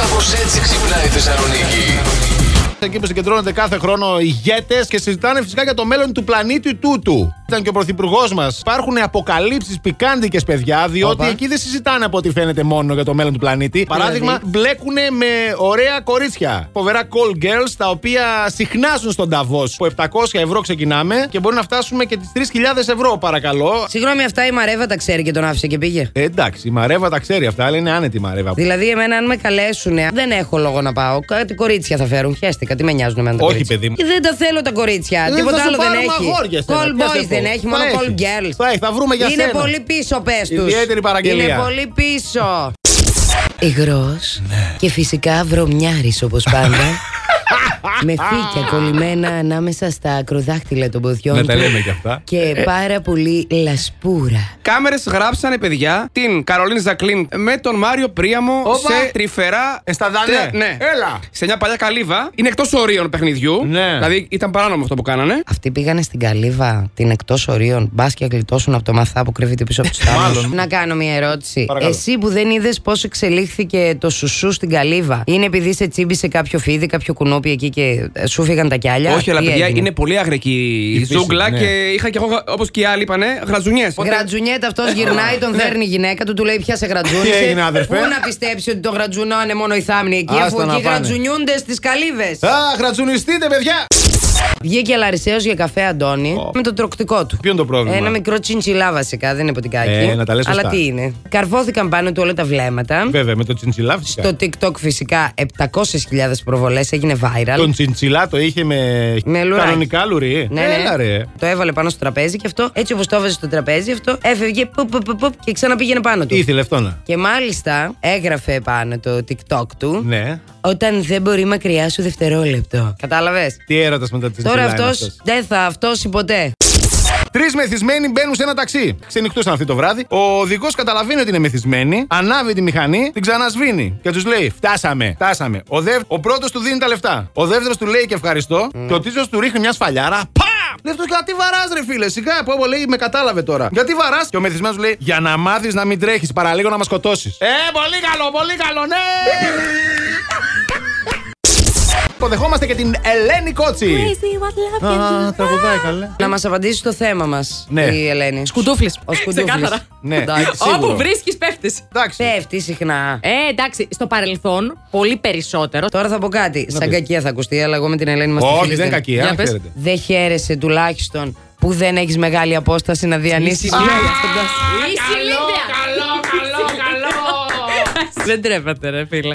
Κάπως έτσι ξυπνάει η Θεσσαλονίκη. Εκεί που συγκεντρώνονται κάθε χρόνο ηγέτες και συζητάνε φυσικά για το μέλλον του πλανήτη τούτου. Ήταν και ο πρωθυπουργός μας. Υπάρχουν αποκαλύψεις πικάντικες, παιδιά, διότι Όπα. εκεί δεν συζητάνε από ό,τι φαίνεται μόνο για το μέλλον του πλανήτη. Παράδειγμα, μπλέκουν με ωραία κορίτσια. Φοβερά call girls, τα οποία συχνάζουν στον ταβό. Που 700 ευρώ ξεκινάμε και μπορεί να φτάσουμε και τις 3.000 ευρώ, παρακαλώ. Συγγνώμη, αυτά η Μαρέβα τα ξέρει και τον άφησε και πήγε. Ε, εντάξει, η Μαρέβα τα ξέρει αυτά, αλλά είναι άνετη η Μαρέβα. Δηλαδή, εμένα αν με καλέσουν, δεν έχω λόγο να πάω. Κάτι κορίτσια θα φέρουν. Χαίστηκα, τι με νοιάζουν εμένα τα Όχι, κορίτσια. παιδί μου. Και δεν τα θέλω τα κορίτσια. Ε, Τίποτα θα σου άλλο δεν πάρουμε έχει. αγόρια σένα, Call ποια σε boys δεν πω. έχει, Θα μόνο έχει. call girls. Θα έχει, θα βρούμε για Είναι σένα. πολύ πίσω, πες τους. Ιδιαίτερη παραγγελία. Είναι πολύ πίσω. Υγρός Ε, Ναι. και φυσικά βρωμιάρης όπως πάντα. με φύκια κολλημένα ανάμεσα στα ακροδάχτυλα των ποδιών. Να Ναι, τα του λέμε και αυτά. Ναι, Και πάρα πολύ λασπούρα. Κάμερες γράψανε, παιδιά, την Καρολίν Ζακλίν με τον Μάριο Πρίαμο Όπα. σε τρυφερά. Ε, στα δανέ. τε- ναι. Έλα. Σε μια παλιά καλύβα. Είναι εκτός ορίων παιχνιδιού. Ναι. Δηλαδή ήταν παράνομο αυτό που κάνανε. Αυτοί πήγανε στην Καλύβα, την εκτός ορίων. Μπας και γλιτώσουν από το μαθά που κρύβεται πίσω από τους τάμου. Ε, Μάλλον. Να κάνω μια ερώτηση. Παρακαλώ. Εσύ που δεν είδες πώς εξελίχθηκε το σουσού στην Καλύβα, είναι επειδή σε τσίμπησε κάποιο φίδι, κάποιο κουνούπι εκεί και ε, σου φύγαν τα κιάλια. Όχι, αλλά Τι παιδιά έγινε? είναι πολύ άγρεκη η φύση, ζούγκλα ναι. και είχα και εγώ, όπως και οι άλλοι είπανε, γραζουνιές. Γρατζουνιέται αυτός, γυρνάει, τον δέρνει η γυναίκα του, του λέει πια σε γρατζούνι. Ναι. Τι έγινε, αδερφέ? Πού να πιστέψει ότι το γρατζουνό είναι μόνο οι θάμνοι εκεί, Άστα αφού να εκεί πάνε. Ε, γρατζουνιούνται στις καλύβες. Α, γρατζουνιστείτε, παιδιά! Βγήκε Λαρισαίος για καφέ Αντώνη με το τροκτικό του. Ποιο είναι το πρόβλημα? Ένα μικρό τσιντσιλά βασικά, δεν είναι ποτικάκι. Ε, να τα λες Αλλά σωστά. τι είναι. Καρφώθηκαν πάνω του όλα τα βλέμματα. Βέβαια, με το τσιντσιλά φυσικά. Στο TikTok φυσικά 700.000 προβολές έγινε viral. Τον τσιντσιλά το είχε με, Με λουράκι. κανονικά λουρί. Ναι, ναι. Έλα, ρε. Το έβαλε πάνω στο τραπέζι και αυτό, έτσι όπως το έβαζε στο τραπέζι, αυτό έφευγε πουπ, πουπ, πουπ, πουπ, και ξαναπήγαινε πάνω του. Ήθελε αυτό να. Και μάλιστα έγραφε πάνω το TikTok του Ναι. Όταν δεν μπορεί μακριά σου δευτερόλεπτο. Κατάλαβες. Τι έρωτας μετά την Τώρα αυτό δεν θα αυτόσει ποτέ. Τρεις μεθυσμένοι μπαίνουν σε ένα ταξί. Ξενυχτούσαν αυτή το βράδυ. Ο οδηγός καταλαβαίνει ότι είναι μεθυσμένοι, ανάβει τη μηχανή, την ξανασβήνει και τους λέει: Φτάσαμε, φτάσαμε. Ο, δεύ... ο πρώτος του δίνει τα λεφτά. Ο δεύτερος του λέει και ευχαριστώ. Και ο τρίτο του ρίχνει μια σφαλιάρα. Πα! Λέει αυτός, γιατί βαράς, ρε φίλε, σιγά που λέει με κατάλαβε τώρα. Γιατί βαράς. Και ο μεθυσμένος λέει: Για να μάθεις να μην τρέχεις, παραλίγο να μας σκοτώσεις. Ε, πολύ καλό, πολύ καλό, ναι! Υποδεχόμαστε και την Ελένη Κότσι. Crazy what love can Α, do. τραγουδάει καλέ. Να μας απαντήσει στο θέμα μας, Ναι. η Ελένη. Σκουντούφλης. Ο σκουντούφλης. Ξεκάθαρα. Ναι, Εντάξει. σίγουρο. Όπου βρίσκεις, πέφτεις. Εντάξει. Πέφτει συχνά. Ε, εντάξει, στο παρελθόν πολύ περισσότερο. Τώρα θα πω κάτι. πεις. Σαν κακία θα ακουστεί, αλλά εγώ με την Ελένη μας Όχι, δεν είναι κακία. Για αν πες. ξέρετε. Δεν χαίρεσαι τουλάχιστον που δεν έχεις μεγάλη απόσταση να διανύσεις. Η Σιλίδια. Δεν τρέπατε, ρε φίλε.